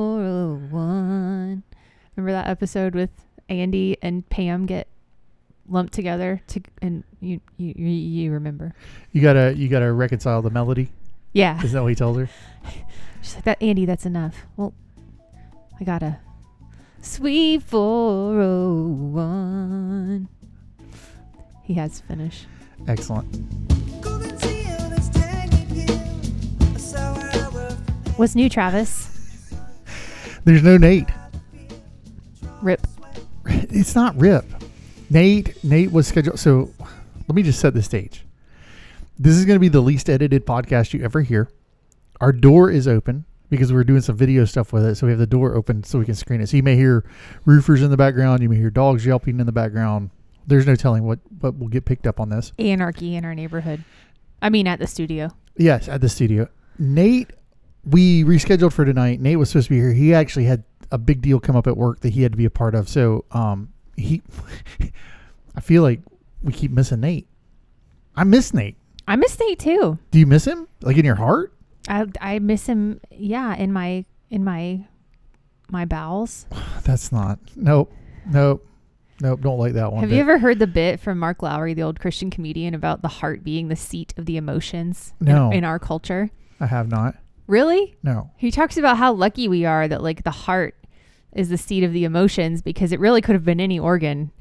oh remember that episode with Andy and Pam get lumped together to and you you you- you remember. You gotta you gotta reconcile the melody. Yeah. Isn't that what he tells her? She's like that Andy, that's enough. Well, I got to sweet 401. He has finish. Excellent. What's new, Travis? There's no Nate. Rip. It's not Rip. Nate Nate was scheduled. So let me just set the stage. This is gonna be the least edited podcast you ever hear. Our door is open because we're doing some video stuff with it, so we have the door open so we can screen it. So you may hear roofers in the background. You may hear dogs yelping in the background. There's no telling what what will get picked up on this. Anarchy in our neighborhood. I mean, at the studio. Yes, at the studio. Nate, we rescheduled for tonight. Nate was supposed to be here. He actually had a big deal come up at work that he had to be a part of. So, um, he, I feel like we keep missing Nate. I miss Nate. I miss Nate too. Do you miss him? Like in your heart? I I miss him. Yeah, in my in my my bowels. That's not. Nope. Nope. Nope. Don't like that one. Have you bit. ever heard the bit from Mark Lowry, the old Christian comedian, about the heart being the seat of the emotions in- No. in our culture? I have not. Really? No. He talks about how lucky we are that like the heart is the seat of the emotions because it really could have been any organ.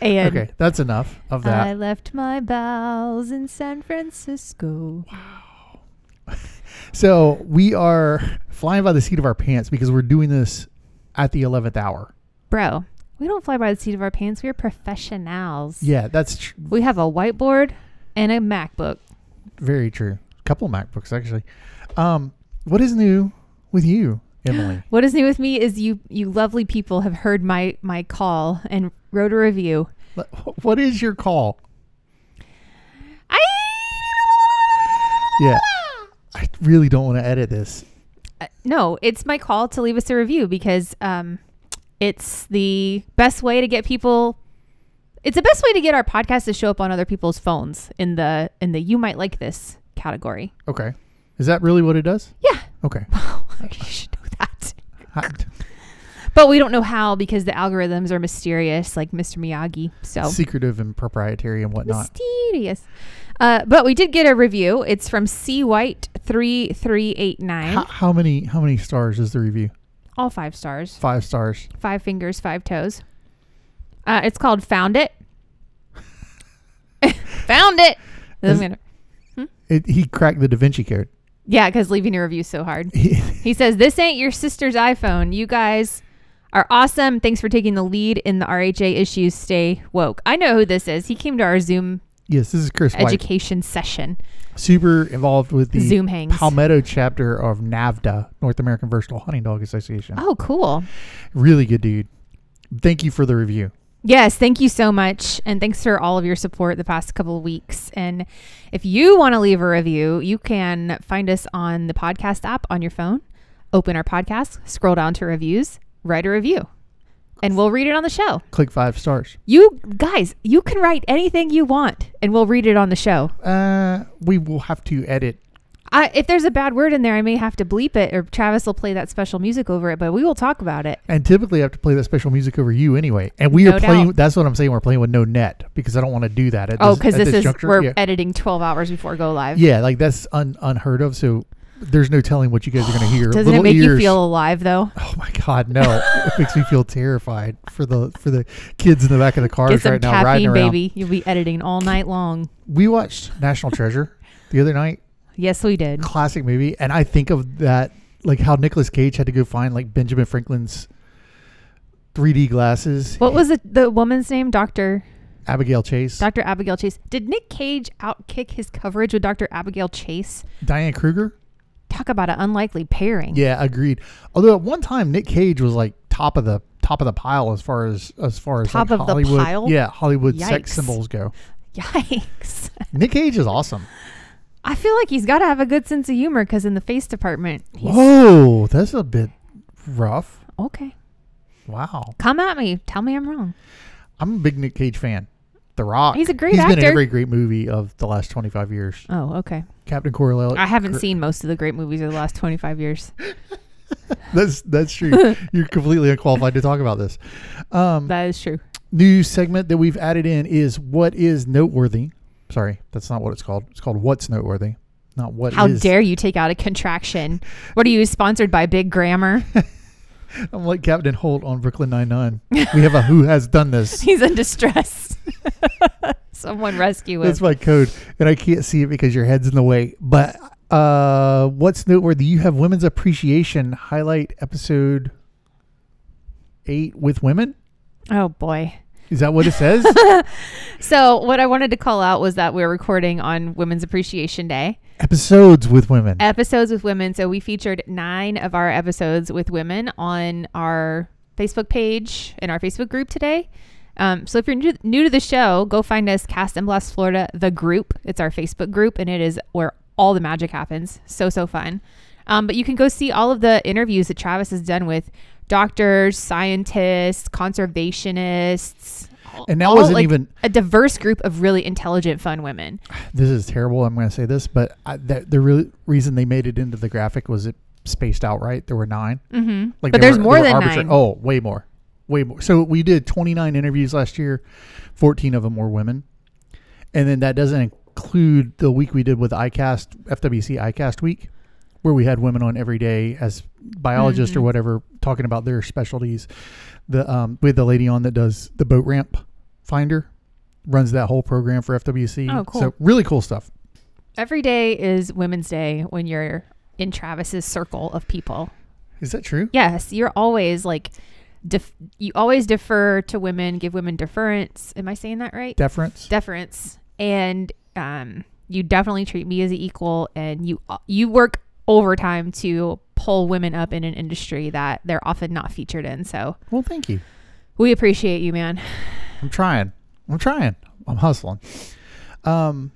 and Okay. That's enough of that. I left my bowels in San Francisco. so we are flying by the seat of our pants because we're doing this at the 11th hour. Bro, we don't fly by the seat of our pants. We are professionals. Yeah. That's tr- We have a whiteboard and a MacBook. Very true. couple MacBooks actually. Um, what is new with you, Emily? What is new with me is you you lovely people have heard my my call and wrote a review. What- what is your call? I Yeah, I really don't want to edit this. Uh, no, it's my call to leave us a review because um, it's the best way to get people. It's the best way to get our podcast to show up on other people's phones in the in the you might like this category. Okay, is that really what it does? Yeah, Okay, you should know that. I- But we don't know how because the algorithms are mysterious, like Mr. Miyagi. So secretive and proprietary and whatnot. mysterious. Uh, but we did get a review. It's from C White three three eight How, nine. how many how many stars is the review? All five stars. Five stars. five fingers, five toes. Uh, it's called Found It. Found it. This is Is- gonna- It, he cracked the Da Vinci Code. yeah, because leaving a review so hard. He- He says, This ain't your sister's iPhone. You guys are awesome. Thanks for taking the lead in the RHA issues. Stay woke. I know who this is. He came to our Zoom yes, this is Chris White, education session. super involved with the Zoom hangs. Palmetto chapter of NAVDA, North American Versatile Hunting Dog Association. Oh, cool. Really good dude. Thank you for the review. Yes, thank you so much. And thanks for all of your support the past couple of weeks. And if you want to leave a review, you can find us on the podcast app on your phone, open our podcast, scroll down to reviews, write a review, and we'll read it on the show. Click five stars. You guys, you can write anything you want and we'll read it on the show. Uh, we will have to edit. I, if there's a bad word in there, I may have to bleep it or Travis will play that special music over it, but we will talk about it. And typically, I have to play that special music over you anyway. And we No are playing. doubt. That's what I'm saying. We're playing with no net because I don't want to do that. At Oh, because at this, is, juncture. we're yeah. editing 12 hours before go live. Yeah, like that's un, unheard of. So there's no telling what you guys are going to hear. Doesn't Little it make you ears- feel alive though? Oh my God, no! it makes me feel terrified for the for the kids in the back of the cars Get some right now riding caffeine, around. baby. You'll be editing all night long. We watched National Treasure the other night. Yes, we did. classic movie, and I think of that like how Nicolas Cage had to go find like Benjamin Franklin's 3D glasses. What was the, the woman's name? Doctor Abigail Chase, Doctor Abigail Chase. Did Nick Cage outkick his coverage with Doctor Abigail Chase? Diane Kruger? Talk about an unlikely pairing. Yeah, agreed. Although at one time Nick Cage was like top of the top of the pile as far as as far as Top like, of the Hollywood, pile? Yeah, Hollywood sex Yikes. symbols go. Yikes! Nick Cage is awesome. I feel like he's got to have a good sense of humor because in the face department, he's Whoa, that's a bit rough. okay. Wow, Come at me. Tell me I'm wrong. I'm a big Nick Cage fan. The Rock. He's a great He's been in actor. every great movie of the last 25 years. Oh, okay. Captain Corello. I haven't Cor- seen most of the great movies of the last 25 years. that's that's true. You're completely unqualified to talk about this. Um, That is true. new segment that we've added in is what is noteworthy. Sorry, that's not what it's called. It's called what's noteworthy, not what How is. dare you take out a contraction? What are you sponsored by Big Grammar? I'm like Captain Holt on Brooklyn Nine Nine. We have a who has done this. He's in distress. Someone rescue him. That's my code, and I can't see it because your head's in the way. But uh, what's noteworthy? You have Women's Appreciation highlight episode eight with women. Oh boy. Is that what it says? So what I wanted to call out was that we're recording on Women's Appreciation Day. Episodes with women. Episodes with women. So we featured nine of our episodes with women on our Facebook page and our Facebook group today. Um, so if you're new, new to the show, go find us Cast and Blast Florida, the group. It's our Facebook group, and it is where all the magic happens. So so fun. Um, but you can go see all of the interviews that Travis has done with doctors, scientists, conservationists. And that all, wasn't like, even- a diverse group of really intelligent, fun women. this is terrible. I'm going to say this, but I, that the real reason they made it into the graphic was it spaced out right. There were nine. Mm-hmm. Like But they there's were- more they were than arbitrary- nine. Oh, way more, way more. So we did 29 interviews last year. 14 of them were women, and then that doesn't include the week we did with ICAST FWC ICAST week, where we had women on every day as biologists Mm-hmm. or whatever talking about their specialties. The um, we had the lady on that does the boat ramp finder. Runs that whole program for FWC. Oh, cool. So really cool stuff. Every day is Women's Day when you're in Travis's circle of people. Is that true? Yes, you're always like, def- you always defer to women, give women deference. Am I saying that right? Deference. deference, and um, you definitely treat me as an equal, and you uh, you work overtime to pull women up in an industry that they're often not featured in. So well, thank you. we appreciate you, man. I'm trying. I'm trying. I'm hustling. Um,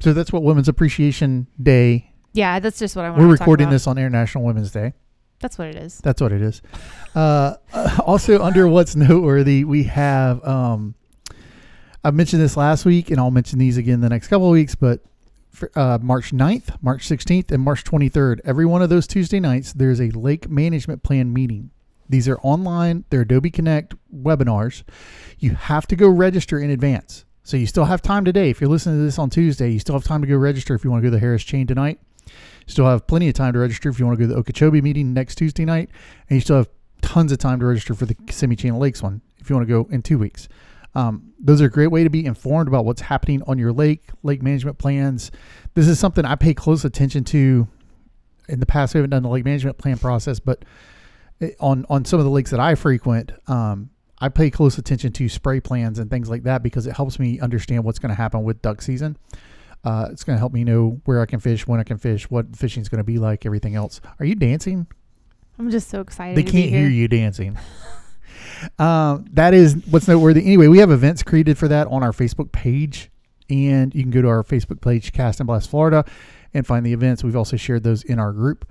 so that's what Women's Appreciation Day. Yeah, that's just what I want. We're recording this on International Women's Day. That's what it is. That's what it is. Uh, also, under what's noteworthy, we have. Um, I mentioned this last week, and I'll mention these again the next couple of weeks. But for, uh, March 9th, March 16th, and March 23rd, every one of those Tuesday nights, there's a lake management plan meeting. These are online, they're Adobe Connect webinars. You have to go register in advance. So you still have time today. If you're listening to this on Tuesday, you still have time to go register if you want to go to the Harris Chain tonight. Still have plenty of time to register if you want to go to the Okeechobee meeting next Tuesday night, and you still have tons of time to register for the Kissimmee Channel Lakes one if you want to go in two weeks. Um, those are a great way to be informed about what's happening on your lake, lake management plans. This is something I pay close attention to. In the past, we haven't done the lake management plan process, but it- on on some of the lakes that I frequent, um, I pay close attention to spray plans and things like that because it helps me understand what's going to happen with duck season. Uh, it's going to help me know where I can fish, when I can fish, what fishing's going to be like, everything else. Are you dancing? I'm just so excited. They to be can't hear here. you dancing. um, that is what's noteworthy. Anyway, we have events created for that on our Facebook page, and you can go to our Facebook page, Cast and Blast Florida, and find the events. We've also shared those in our group.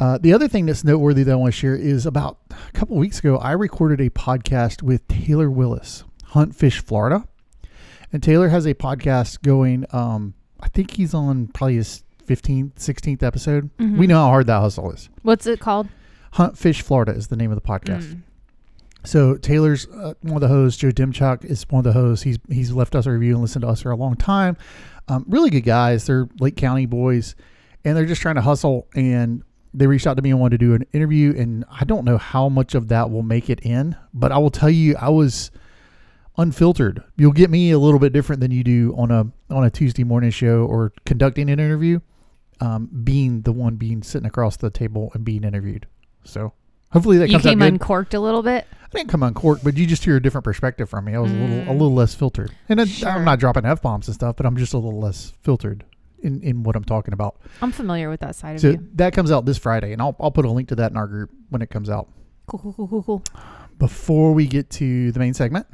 Uh, the other thing that's noteworthy that I want to share is about a couple weeks ago, I recorded a podcast with Taylor Willis, Hunt Fish Florida. And Taylor has a podcast going, um, I think he's on probably his 15th, 16th episode. Mm-hmm. We know how hard that hustle is. What's it called? Hunt Fish Florida is the name of the podcast. Mm. So Taylor's uh, one of the hosts. Joe Dimchuk is one of the hosts. He's he's left us a review and listened to us for a long time. Um, really good guys. They're Lake County boys, and they're just trying to hustle. And they reached out to me and wanted to do an interview. And I don't know how much of that will make it in, but I will tell you, I was unfiltered. You'll get me a little bit different than you do on a on a Tuesday morning show or conducting an interview. Um, being the one being sitting across the table and being interviewed. So hopefully that You comes came out good. uncorked a little bit. I didn't come uncorked, but you just hear a different perspective from me. I was a little a little less filtered, and I, Sure. I'm not dropping f bombs and stuff, but I'm just a little less filtered in in what I'm talking about. I'm familiar with that side of So you. that comes out this Friday, and I'll I'll put a link to that in our group when it comes out. Cool, cool, cool, cool, cool. Before we get to the main segment,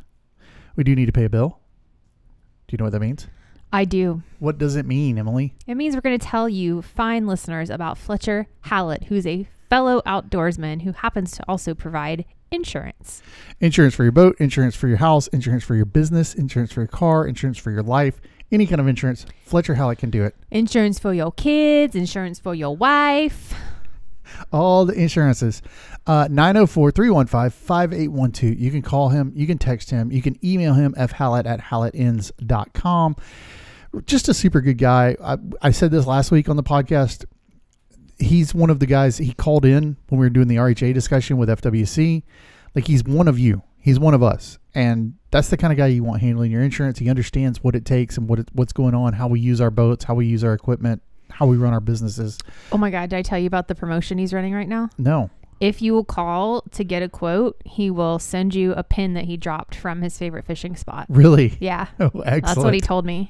we do need to pay a bill. Do you know what that means? I do. What does it mean, Emily? It means we're going to tell you, fine listeners, about Fletcher Hallett, who's a fellow outdoorsman who happens to also provide insurance. Insurance for your boat, insurance for your house, insurance for your business, insurance for your car, insurance for your life, any kind of insurance. Fletcher Hallett can do it. Insurance for your kids, insurance for your wife. all the insurances. Uh, 904 315 5812. You can call him, you can text him, you can email him, fhallett at hallettins.com. Just a super good guy. I, I said this last week on the podcast. He's one of the guys he called in when we were doing the RHA discussion with FWC. Like, he's one of you, he's one of us. And that's the kind of guy you want handling your insurance. He understands what it takes and what it, what's going on, how we use our boats, how we use our equipment, how we run our businesses. Oh my God, did I tell you about the promotion he's running right now? No, If you will call to get a quote, he will send you a pin that he dropped from his favorite fishing spot. really. Yeah. Oh, excellent. Oh, That's what he told me.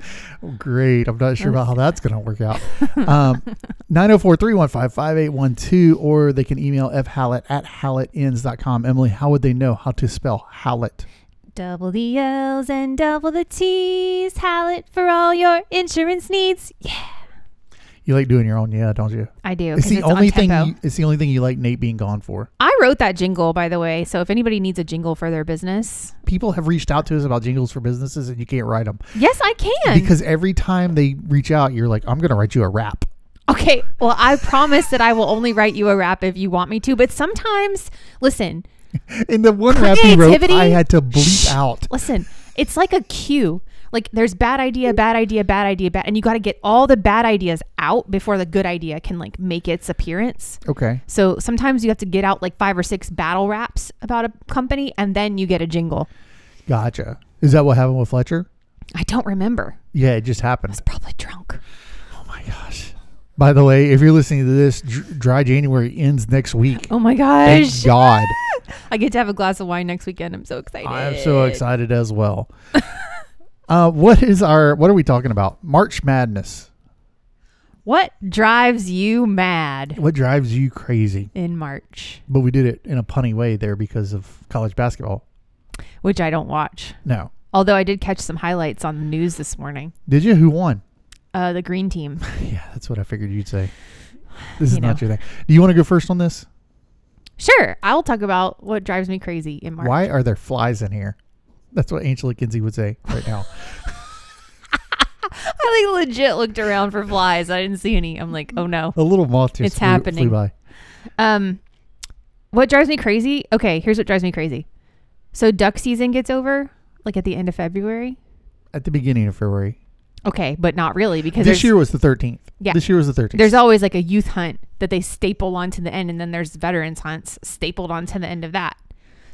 Great. I'm not sure about how that's going to work out. Um, 904-315-5812, or they can email fhallett at hallettins.com. Emily, how would they know how to spell Hallett? Double the L's and double the T's. Hallett for all your insurance needs. Yeah. You like doing your own, yeah, don't you? I do. It's 'cause the on only thing. tempo. You, it's the only thing you like Nate being gone for. I wrote that jingle, by the way. So if anybody needs a jingle for their business, People have reached out to us about jingles for businesses, and you can't write them yes, I can. because every time they reach out, you're like, "I'm going to write you a rap." Okay, well, I promise that I will only write you a rap if you want me to, but sometimes, listen, And the one rap he wrote, Creativity? I had to bleep Shh. out. listen, it's like a cue. Like there's bad idea, bad idea, bad idea, bad, and you got to get all the bad ideas out before the good idea can like make its appearance. Okay, So sometimes you have to get out like five or six battle raps about a company and then you get a jingle. gotcha. Is that what happened with Fletcher? I don't remember. Yeah, it just happened. I was probably drunk. Oh my gosh. By the way, if you're listening to this, dr- dry January ends next week. Oh my Thank gosh. God. I get to have a glass of wine next weekend. I'm so excited. I'm so excited as well. uh, what is our what are we talking about? March Madness. What drives you mad What drives you crazy? in March? But we did it in a punny way there because of college basketball. which I don't watch. No. Although I did catch some highlights on the news this morning. Did you? Who won? Uh, the green team. Yeah, that's what I figured you'd say. This is You not know. your thing. Do you want to go first on this? Sure, I'll talk about what drives me crazy in March. Why are there flies in here? That's what Angela Kinsey would say right now. I like legit looked around for flies. I didn't see any. I'm like, oh no. a little moth just It's flew, happening. flew by. Um, what drives me crazy? Okay, here's what drives me crazy. So duck season gets over, like at the end of February. At the beginning of February. Okay, but not really because This there's, year was the 13th. Yeah. This year was the 13th. there's always like a youth hunt that they staple onto the end, and then there's veterans hunts stapled onto the end of that.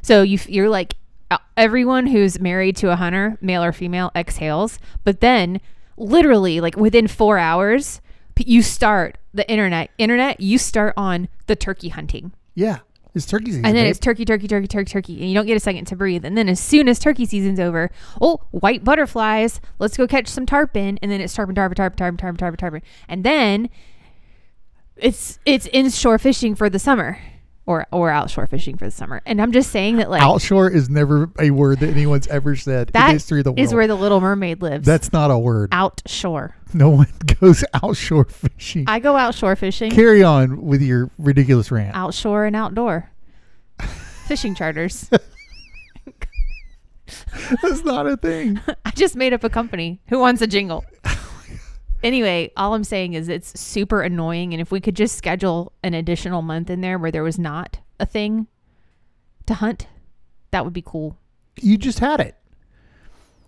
So you f- you're like uh, everyone who's married to a hunter, male or female, exhales. But then, literally, like within four hours, p- you start the internet. Internet, you start on the turkey hunting, yeah. It's turkey season. and then babe. it's turkey, turkey, turkey, turkey, turkey, and you don't get a second to breathe. And then as soon as turkey season's over, oh, white butterflies, let's go catch some tarpon, and then it's tarpon, tarpon, tarpon, tarpon, tarpon, tarpon, tarpon, and then it's it's inshore fishing for the summer. Or, or outshore fishing for the summer, and I'm just saying that like Outshore is never a word that anyone's ever said. That it is through the world. is where the Little Mermaid lives. That's not a word. outshore. no one goes outshore fishing. I go outshore fishing, Carry on with your ridiculous rant. outshore and outdoor fishing charters. That's not a thing. I just made up a company. Who wants a jingle? Anyway, all I'm saying is it's super annoying, and if we could just schedule an additional month in there where there was not a thing to hunt, that would be cool. You just had it.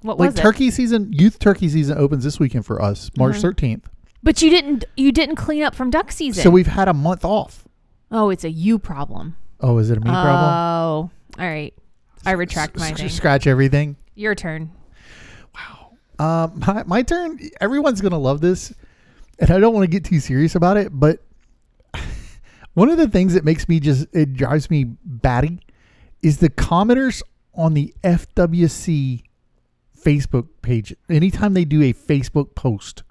What like was it? Uh-huh. turkey season, youth turkey season opens this weekend for us, March 13th. But you didn't. You didn't clean up from duck season. So we've had a month off. oh, it's a you problem. Oh, is it a me problem? Oh, all right. I retract my Sc- thing. Scratch everything. Your turn. Um, my, my turn. Everyone's gonna love this, and I don't want to get too serious about it, but one of the things that makes me just it drives me batty is the commenters on the FWC Facebook page. Anytime they do a Facebook post,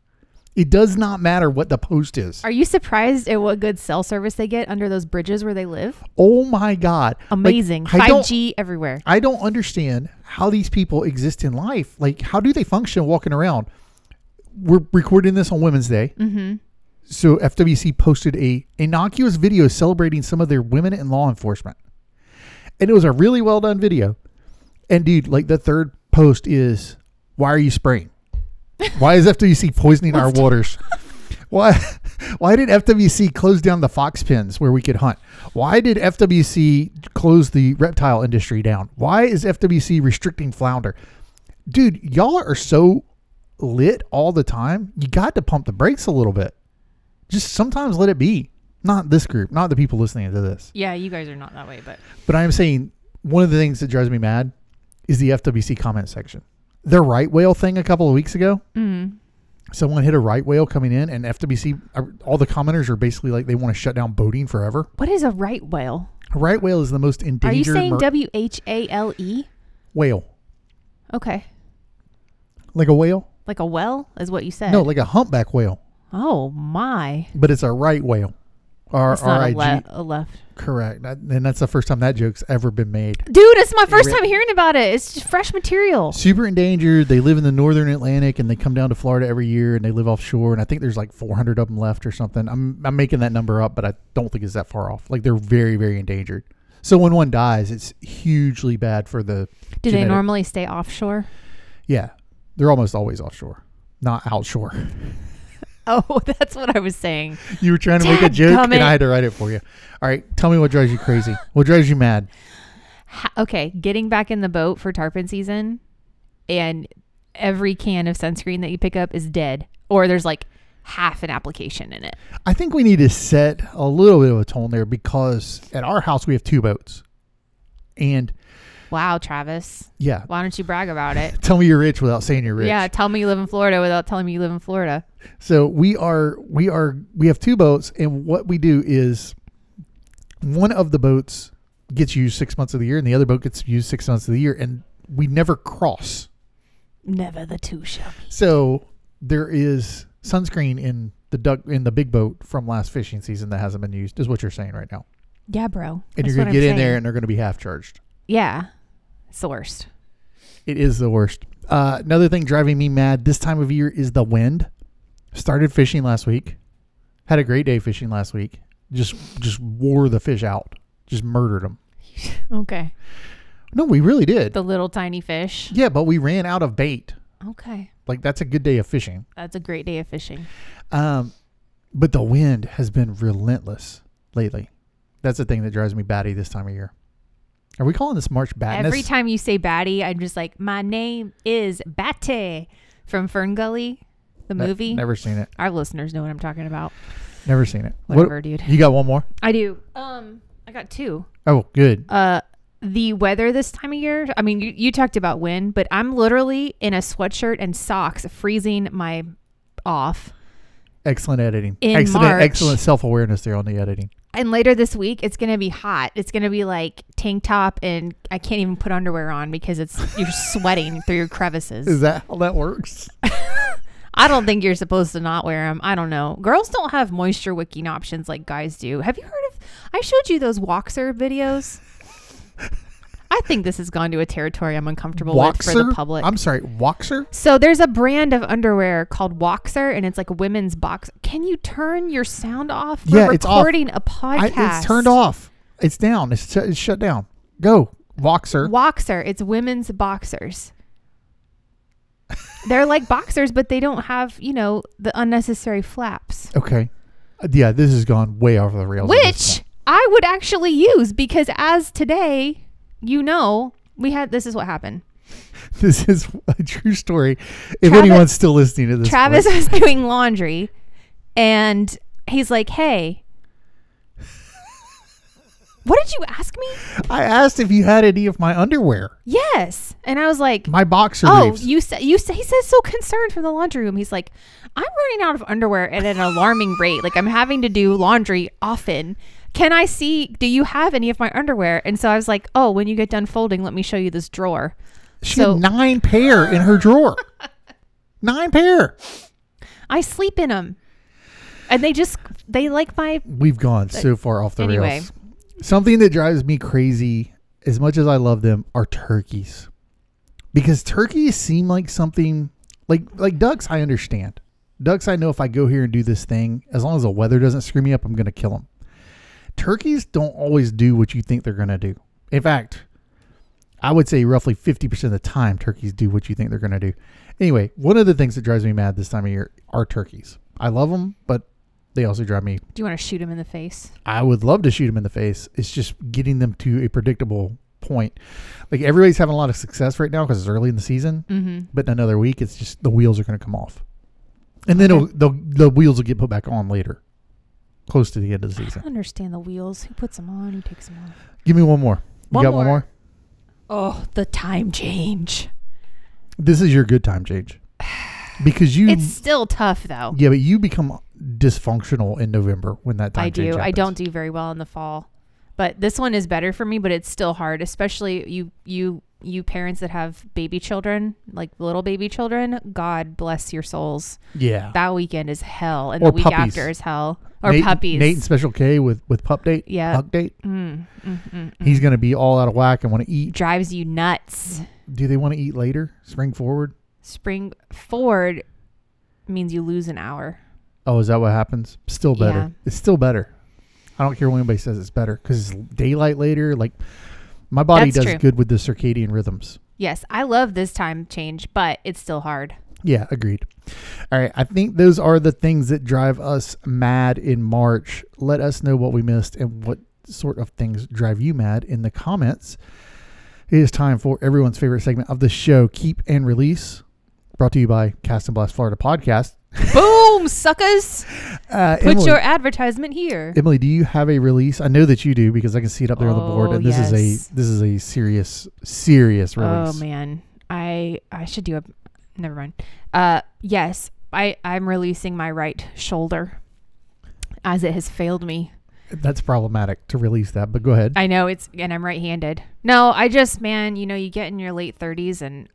it does not matter what the post is. Are you surprised at what good cell service they get under those bridges where they live? oh my god! Like, Amazing. I don't- 5G everywhere. I don't understand how these people exist in life. Like, how do they function walking around? We're recording this on Women's Day. Mm-hmm. So FWC posted a innocuous video celebrating some of their women in law enforcement, and it was a really well done video. And dude, like the third post is, why are you spraying? Why is FWC poisoning our waters? Why? Why did FWC close down the fox pens where we could hunt? Why did FWC close the reptile industry down? Why is FWC restricting flounder? Dude, y'all are so lit all the time. You got to pump the brakes a little bit. Just sometimes let it be. Not this group, not the people listening to this. Yeah, you guys are not that way, but But I am saying one of the things that drives me mad is the FWC comment section. Their right whale thing a couple of weeks ago, mm, someone hit a right whale coming in, and FWC, uh, all the commenters are basically like they want to shut down boating forever. what is a right whale? A right whale is the most Are you endangered saying mer- W H A L E? whale, Okay, like a whale. like a well is what you said. No, like a humpback whale, oh my, but it's a right whale. R it's R not I a, le- G. a left. Correct, That- and that's the first time that joke's ever been made. Dude, it's my first re- time hearing about it. It's just fresh material. Super endangered. They live in the northern Atlantic, and they come down to Florida every year, and they live offshore. And I think there's like 400 of them left or something. I'm I'm making that number up, but I don't think it's that far off. Like they're very very endangered. So when one dies, it's hugely bad for the Do they genetic- normally stay offshore? Yeah, they're almost always offshore, not outshore. Oh, that's what I was saying. You were trying to make a Dadgummit. joke, and I had to write it for you. All right, tell me what drives you crazy. what drives you mad? Ha- okay, getting back in the boat for tarpon season, and every can of sunscreen that you pick up is dead, or there's like half an application in it. I think we need to set a little bit of a tone there because at our house we have two boats, and Wow, Travis, yeah, why don't you brag about it? tell me you're rich without saying you're rich. Yeah, tell me you live in Florida without telling me you live in Florida. So we are we are we have two boats, and what we do is one of the boats gets used six months of the year, and the other boat gets used six months of the year, and we never cross. Never the two shall. So there is sunscreen in the duck in the big boat from last fishing season that hasn't been used, is what you're saying right now. Yeah, bro. And That's you're what gonna I'm get in saying. there and they're gonna be half charged. Yeah, sourced. It is the worst. Uh, another thing driving me mad this time of year is the wind. Started fishing last week. Had a great day fishing last week. Just just wore the fish out. Just murdered them. Okay. No, we really did. The little tiny fish. yeah, but we ran out of bait. Okay. Like that's a good day of fishing. That's a great day of fishing. Um, but the wind has been relentless lately. That's the thing that drives me batty this time of year. Are we calling this March badness? Every time you say Batty, I'm just like, my name is Batty from Fern Gully, the Ne- movie. Never seen it. Our listeners know what I'm talking about. Never seen it. What- Whatever, dude. You got one more? I do. Um, I got two. Oh, good. Uh, the weather this time of year. I mean, you, you talked about wind, but I'm literally in a sweatshirt and socks, freezing my off. Excellent editing. In excellent, March- excellent self awareness there on the editing. And later this week, it's gonna be hot. It's gonna be like tank top, and I can't even put underwear on because it's you're sweating through your crevices. Is that how that works? I don't think you're supposed to not wear them. I don't know. Girls don't have moisture wicking options like guys do. Have you heard of? I showed you those Waxer videos. I think this has gone to a territory I'm uncomfortable with for the public. I'm sorry, Waxer? so there's a brand of underwear called Waxer, and it's like a women's box. Can you turn your sound off? We're Yeah, it's off. recording a I, podcast. it's turned off. It's down. It's, shut- it's shut down. Go, Waxer. Waxer. It's women's boxers. They're like boxers, but they don't have you know the unnecessary flaps. Okay. Uh, Yeah, this has gone way off the rails. at this which I would actually use because as today, you know, we had this is what happened. point. This is a true story. If Travis- anyone's still listening to this, Travis point, was doing laundry and he's like, "Hey, what did you ask me?" I asked if you had any of my underwear, Yes. And I was like, my boxer "Oh, briefs. you said you said he says so concerned from the laundry room. He's like, "I'm running out of underwear at an alarming rate. Like I'm having to do laundry often." Can I see? Do you have any of my underwear? And so I was like, "Oh, when you get done folding, let me show you this drawer." she so- had nine pair in her drawer. nine pair. I sleep in them. And they just they like my We've gone so far off the anyway. rails. Something that drives me crazy, as much as I love them, are turkeys. Because turkeys seem like something like like ducks. I understand. Ducks. I know if I go here and do this thing, as long as the weather doesn't screw me up, I'm gonna kill them. Turkeys don't always do what you think they're gonna do. In fact, I would say roughly 50% of the time, turkeys do what you think they're gonna do. Anyway, one of the things that drives me mad this time of year are turkeys. I love them, but They also drive me. Do you want to shoot him in the face? I would love to shoot them in the face. It's just getting them to a predictable point. Like everybody's having a lot of success right now because it's early in the season, Mm-hmm. but in another week, it's just the wheels are going to come off, and then it'll, the the wheels will get put back on later, close to the end of the I don't season. understand the wheels. Who puts them on? Who takes them off? Give me one more. You One got more. one more. Oh, the time change. This is your good time change because you It's still tough though. Yeah, but you become dysfunctional in November when that time I change do. I happens. don't do very well in the fall, but this one is better for me. But it's still hard, especially you, you, you parents that have baby children, like little baby children. God bless your souls. Yeah. That weekend is hell, and Or the week puppies. after is hell. Or Nate, puppies. Nate and Special K with with pup date. Yeah. Pup date. mm, mm, mm, mm. He's gonna be all out of whack and want to eat. drives you nuts. Do they want to eat later? Spring forward. Spring forward means you lose an hour. Oh, is that what happens? Still better. Yeah. It's still better. I don't care when anybody says it's better because it's daylight later. Like my body That's does true. good with the circadian rhythms. Yes, I love this time change, but it's still hard. Yeah, agreed. All right. I think those are the things that drive us mad in March. Let us know what we missed and what sort of things drive you mad in the comments. It is time for everyone's favorite segment of the show, Keep and Release, brought to you by Cast and Blast Florida Podcast. Boom, suckers! Uh, Put Emily, your advertisement here. Emily, do you have a release? I know that you do because I can see it up there on the board. Oh, And this is yes. a this is a serious, serious Oh release. man, I I should do a. Never mind. Uh, yes, I I'm releasing my right shoulder, as it has failed me. That's problematic to release that, but go ahead. I know it's, and I'm right-handed. No, I just, man, you know, you get in your late 30s and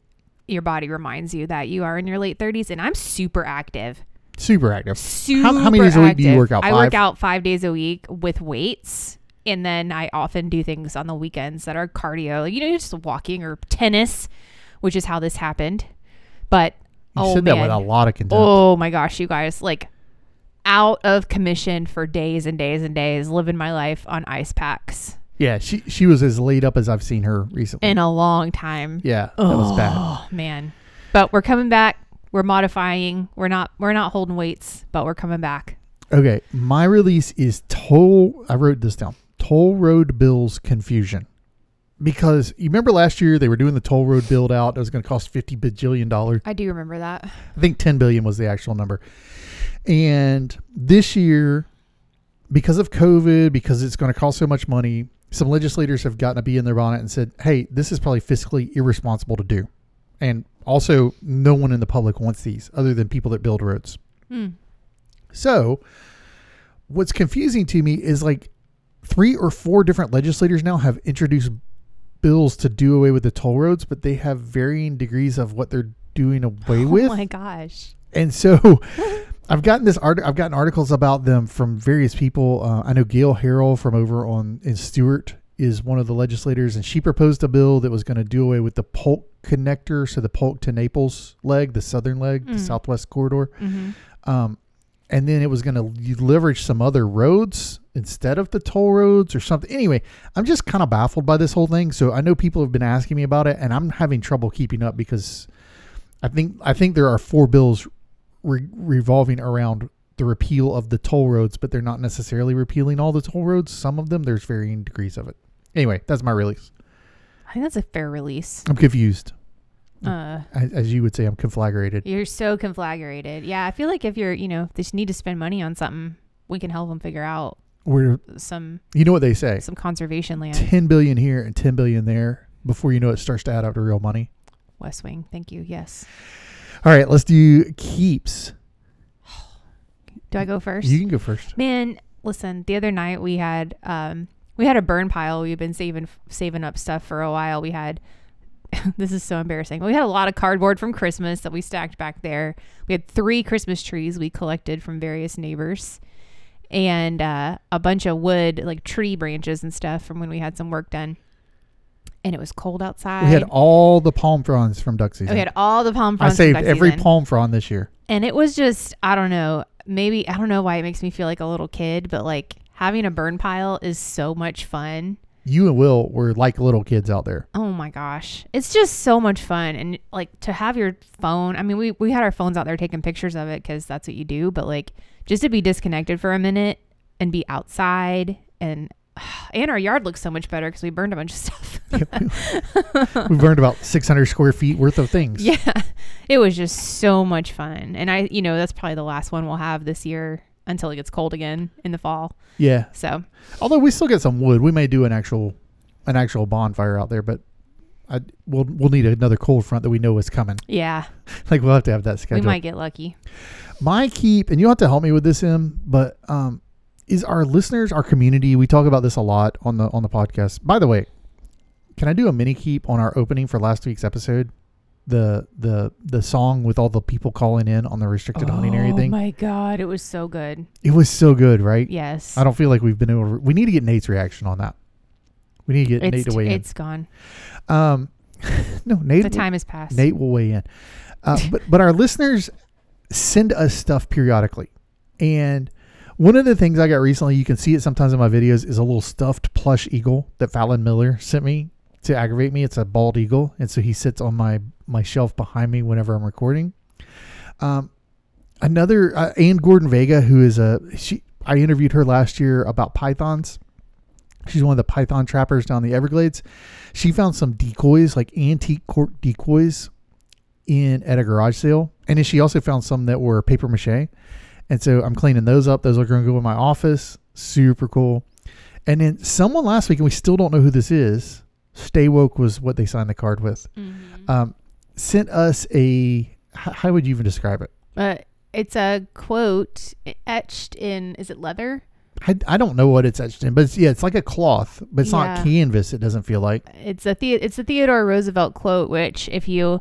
your body reminds you that you are in your late 30s, and I'm super active. Super active. Super how many days a week do you active. work out? I work Five? out five days a week with weights, and then I often do things on the weekends that are cardio, like, you know, just walking or tennis, which is how this happened. But You oh said that man, with a lot of contempt. Oh my gosh, you guys, like out of commission for days and days and days, living my life on ice packs Yeah, she she was as laid up as I've seen her recently. in a long time. yeah, that was bad. Oh man. But we're coming back. We're modifying. We're not we're not holding weights, but we're coming back. Okay, my release is toll. I wrote this down. Toll road bills confusion, because you remember last year they were doing the toll road build out. It was going to cost fifty bajillion dollars. I do remember that. I think ten billion was the actual number. And this year, because of COVID, because it's going to cost so much money, some legislators have gotten a bee in their bonnet and said, "Hey, this is probably fiscally irresponsible to do." And also, no one in the public wants these other than people that build roads. Hmm. So, what's confusing to me is like three or four different legislators now have introduced bills to do away with the toll roads, but they have varying degrees of what they're doing away Oh with. my gosh. And so I've gotten this art. I've gotten articles about them from various people. Uh, I know Gail Harrell from over on in Stewart is one of the legislators, and she proposed a bill that was going to do away with the Polk connector, so the Polk to Naples leg, the southern leg, the Mm. southwest corridor, hmm um, and then it was going to leverage some other roads instead of the toll roads or something. Anyway, I'm just kind of baffled by this whole thing. So I know people have been asking me about it, and I'm having trouble keeping up because I think I think there are four bills re- revolving around the repeal of the toll roads, but they're not necessarily repealing all the toll roads. Some of them, there's varying degrees of it. Anyway, that's my release. I think that's a fair release. I'm confused, Uh, as, as you would say. I'm conflagrated. you're so conflagrated. Yeah, I feel like if you're, you know, if they just need to spend money on something, we can help them figure out We're, some you know what they say. some conservation land. 10 billion here and 10 billion there before you know it starts to add up to real money. West Wing, thank you. Yes. All right, let's do keeps. Do I go first? You can go first. Man, listen. The other night we had um we had a burn pile. We've been saving saving up stuff for a while. We had this is so embarrassing. We had a lot of cardboard from Christmas that we stacked back there. We had three Christmas trees we collected from various neighbors, and uh, a bunch of wood like tree branches and stuff from when we had some work done. And it was cold outside. We had all the palm fronds from duck season. We had all the palm I fronds. from saved duck every season palm frond this year. and it was just i don't know maybe i don't know why it makes me feel like a little kid but like having a burn pile is so much fun you and Will were like little kids out there. Oh my gosh. It's just so much fun. And like to have your phone, I mean, we, we had our phones out there taking pictures of it because that's what you do. But like just to be disconnected for a minute and be outside and, and our yard looks so much better because we burned a bunch of stuff. We've learned about 600 square feet worth of things. yeah. It was just so much fun. And I, you know, that's probably the last one we'll have this year until it gets cold again in the fall. Yeah. So Although we still get some wood, we may do an actual an actual bonfire out there, but I, we'll we'll need another cold front that we know is coming. yeah, Like we'll have to have that scheduled. we might get lucky. My keep, and you will have to help me with this, Em, but um, is our listeners, our community. We talk about this a lot on the on the podcast. By the way, can I do a mini keep on our opening for last week's episode? The the the song with all the people calling in on the restricted hunting and everything. Oh my God. It was so good. It was so good, right? Yes. I don't feel like we've been able. To, we need to get Nate's reaction on that. We need to get Nate it's, to weigh in. it's gone. Um, no, Nate. The time has passed. Nate will weigh in. Uh, but but our listeners send us stuff periodically, and one of the things I got recently, you can see it sometimes in my videos, is a little stuffed plush eagle that Fallon Miller sent me to aggravate me. It's a bald eagle, and so he sits on my my shelf behind me whenever I'm recording. Um, another uh, Anne Gordon Vega, who is a she. I interviewed her last year about pythons. She's one of the python trappers down the Everglades. She found some decoys, like antique cork decoys, in at a garage sale, and then she also found some that were paper mache. And so I'm cleaning those up. Those are going to go in my office. Super cool. And then someone last week, and we still don't know who this is. Stay woke was what they signed the card with. Mhm. Um, sent us a h- how would you even describe it? Uh, it's a quote e, etched in, is it leather? I, I don't know what it's etched in, but it's, yeah, it's like a cloth, but it's Yeah. not canvas. It doesn't feel like. It's a the- it's a Theodore Roosevelt quote, which if you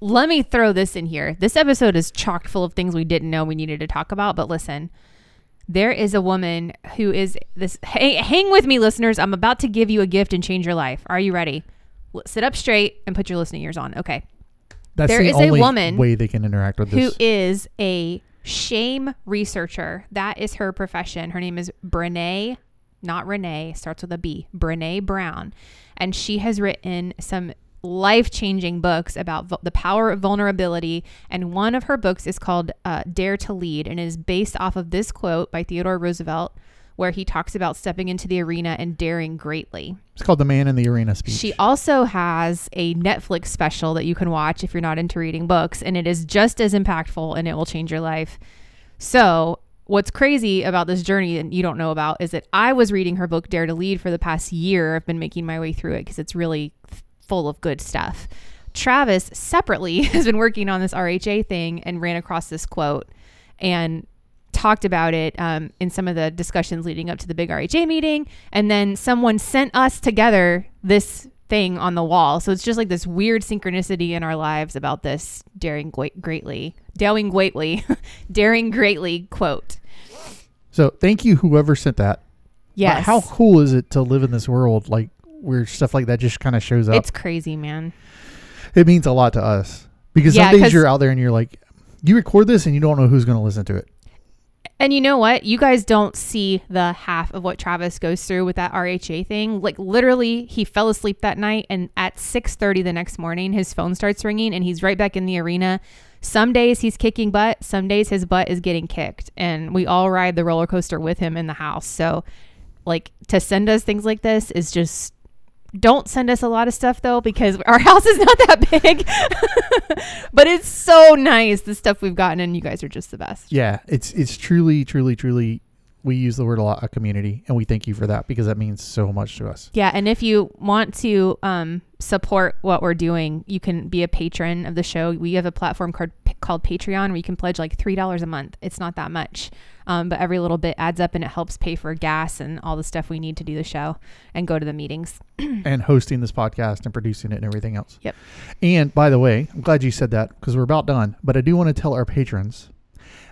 let me throw this in here. This episode is chocked full of things we didn't know we needed to talk about, but listen. There is a woman who is this hey, hang with me listeners, I'm about to give you a gift and change your life. Are you ready? L- sit up straight and put your listening ears on. Okay. That's There the is a only woman way they can interact with who this. is a shame researcher. That is her profession. Her name is Brene, not Renee, starts with a B, Brene Brown. And she has written some life changing books about vu- the power of vulnerability. And one of her books is called uh, Dare to Lead and is based off of this quote by Theodore Roosevelt. Where he talks about stepping into the arena and daring greatly. It's called the man in the arena speech. She also has a Netflix special that you can watch if you're not into reading books, and it is just as impactful and it will change your life. So, what's crazy about this journey that you don't know about is that I was reading her book, Dare to Lead, for the past year. I've been making my way through it because it's really f- full of good stuff. Travis separately has been working on this RHA thing and ran across this quote and talked about it um, in some of the discussions leading up to the big RHA meeting. And then someone sent us together this thing on the wall. So it's just like this weird synchronicity in our lives about this daring gwe- greatly, daring greatly, daring greatly quote. so thank you, whoever sent that. But Yes. how cool is it to live in this world like where stuff like that just kind of shows up? it's crazy, man. it means a lot to us because Yeah, some 'cause- days you're out there and you're like, you record this and you don't know who's going to listen to it. And you know what? You guys don't see the half of what Travis goes through with that RHA thing. Like literally, he fell asleep that night, and at 6:30 the next morning, his phone starts ringing, and he's right back in the arena. Some days he's kicking butt. Some days his butt is getting kicked, and we all ride the roller coaster with him in the house. So, like to send us things like this is just. Don't send us a lot of stuff though, because our house is not that big. but it's so nice the stuff we've gotten, and you guys are just the best. Yeah, it's it's truly, truly, truly. We use the word a lot, a community, and we thank you for that because that means so much to us. Yeah, and if you want to um, support what we're doing, you can be a patron of the show. We have a platform called called Patreon where you can pledge like three dollars a month. It's not that much, um, but every little bit adds up, and it helps pay for gas and all the stuff we need to do the show and go to the meetings. and hosting this podcast and producing it and everything else. Yep. And by the way, I'm glad you said that because we're about done. But I do want to tell our patrons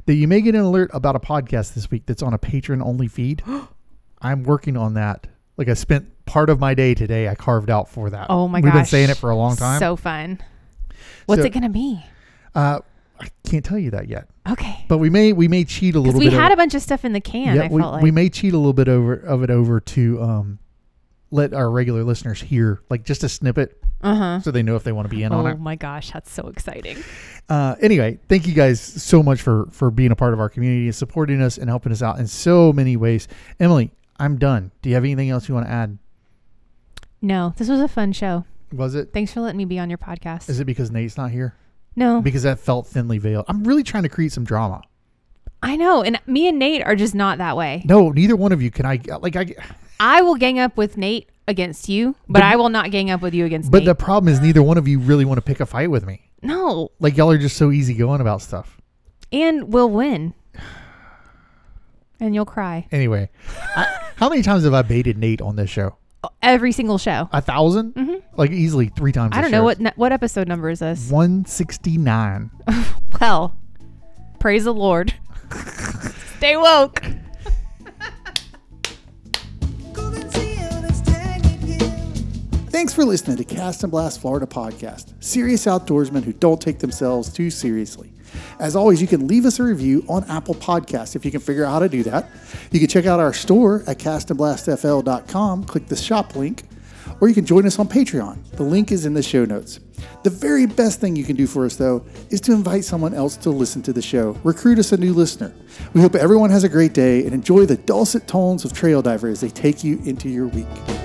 that you may get an alert about a podcast this week that's on a patron only feed. I'm working on that. Like I spent part of my day today, I carved out for that. Oh my We've gosh, been saying it for a long time. So fun. What's So- it gonna be? uh, I can't tell you that yet, Okay, but we may we may cheat a because little we bit. had over, a bunch of stuff in the can. yeah, I we, felt like we may cheat a little bit over of it over to um let our regular listeners hear like just a snippet Uh huh. so they know if they want to be in on Oh it. my gosh, that's so exciting. Uh, anyway, thank you guys so much for for being a part of our community and supporting us and helping us out in so many ways. Emily, I'm done. Do you have anything else you want to add? No, this was a fun show. Was it? Thanks for letting me be on your podcast. Is it because Nate's not here? no, Because that felt thinly veiled. I'm really trying to create some drama. I know. And me and Nate are just not that way. No, neither one of you can I like I. I will gang up with Nate against you, but, But- I will not gang up with you against But Nate. the problem is neither one of you really want to pick a fight with me. no, Like y'all are just so easygoing about stuff. and we'll win. And you'll cry Anyway, I, how many times have I baited Nate on this show? every single show. A 1000 Like easily three times. Mm-hmm. I this don't know show. what ne- what episode number is this. 169. Well, praise the Lord. Stay woke. Thanks for listening to Cast and Blast Florida Podcast, serious outdoorsmen who don't take themselves too seriously. As always, you can leave us a review on Apple Podcasts if you can figure out how to do that. You can check out our store at castandblastfl.com, click the shop link, or you can join us on Patreon. The link is in the show notes. The very best thing you can do for us, though, is to invite someone else to listen to the show. Recruit us a new listener. We hope everyone has a great day and enjoy the dulcet tones of Trail Diver as they take you into your week.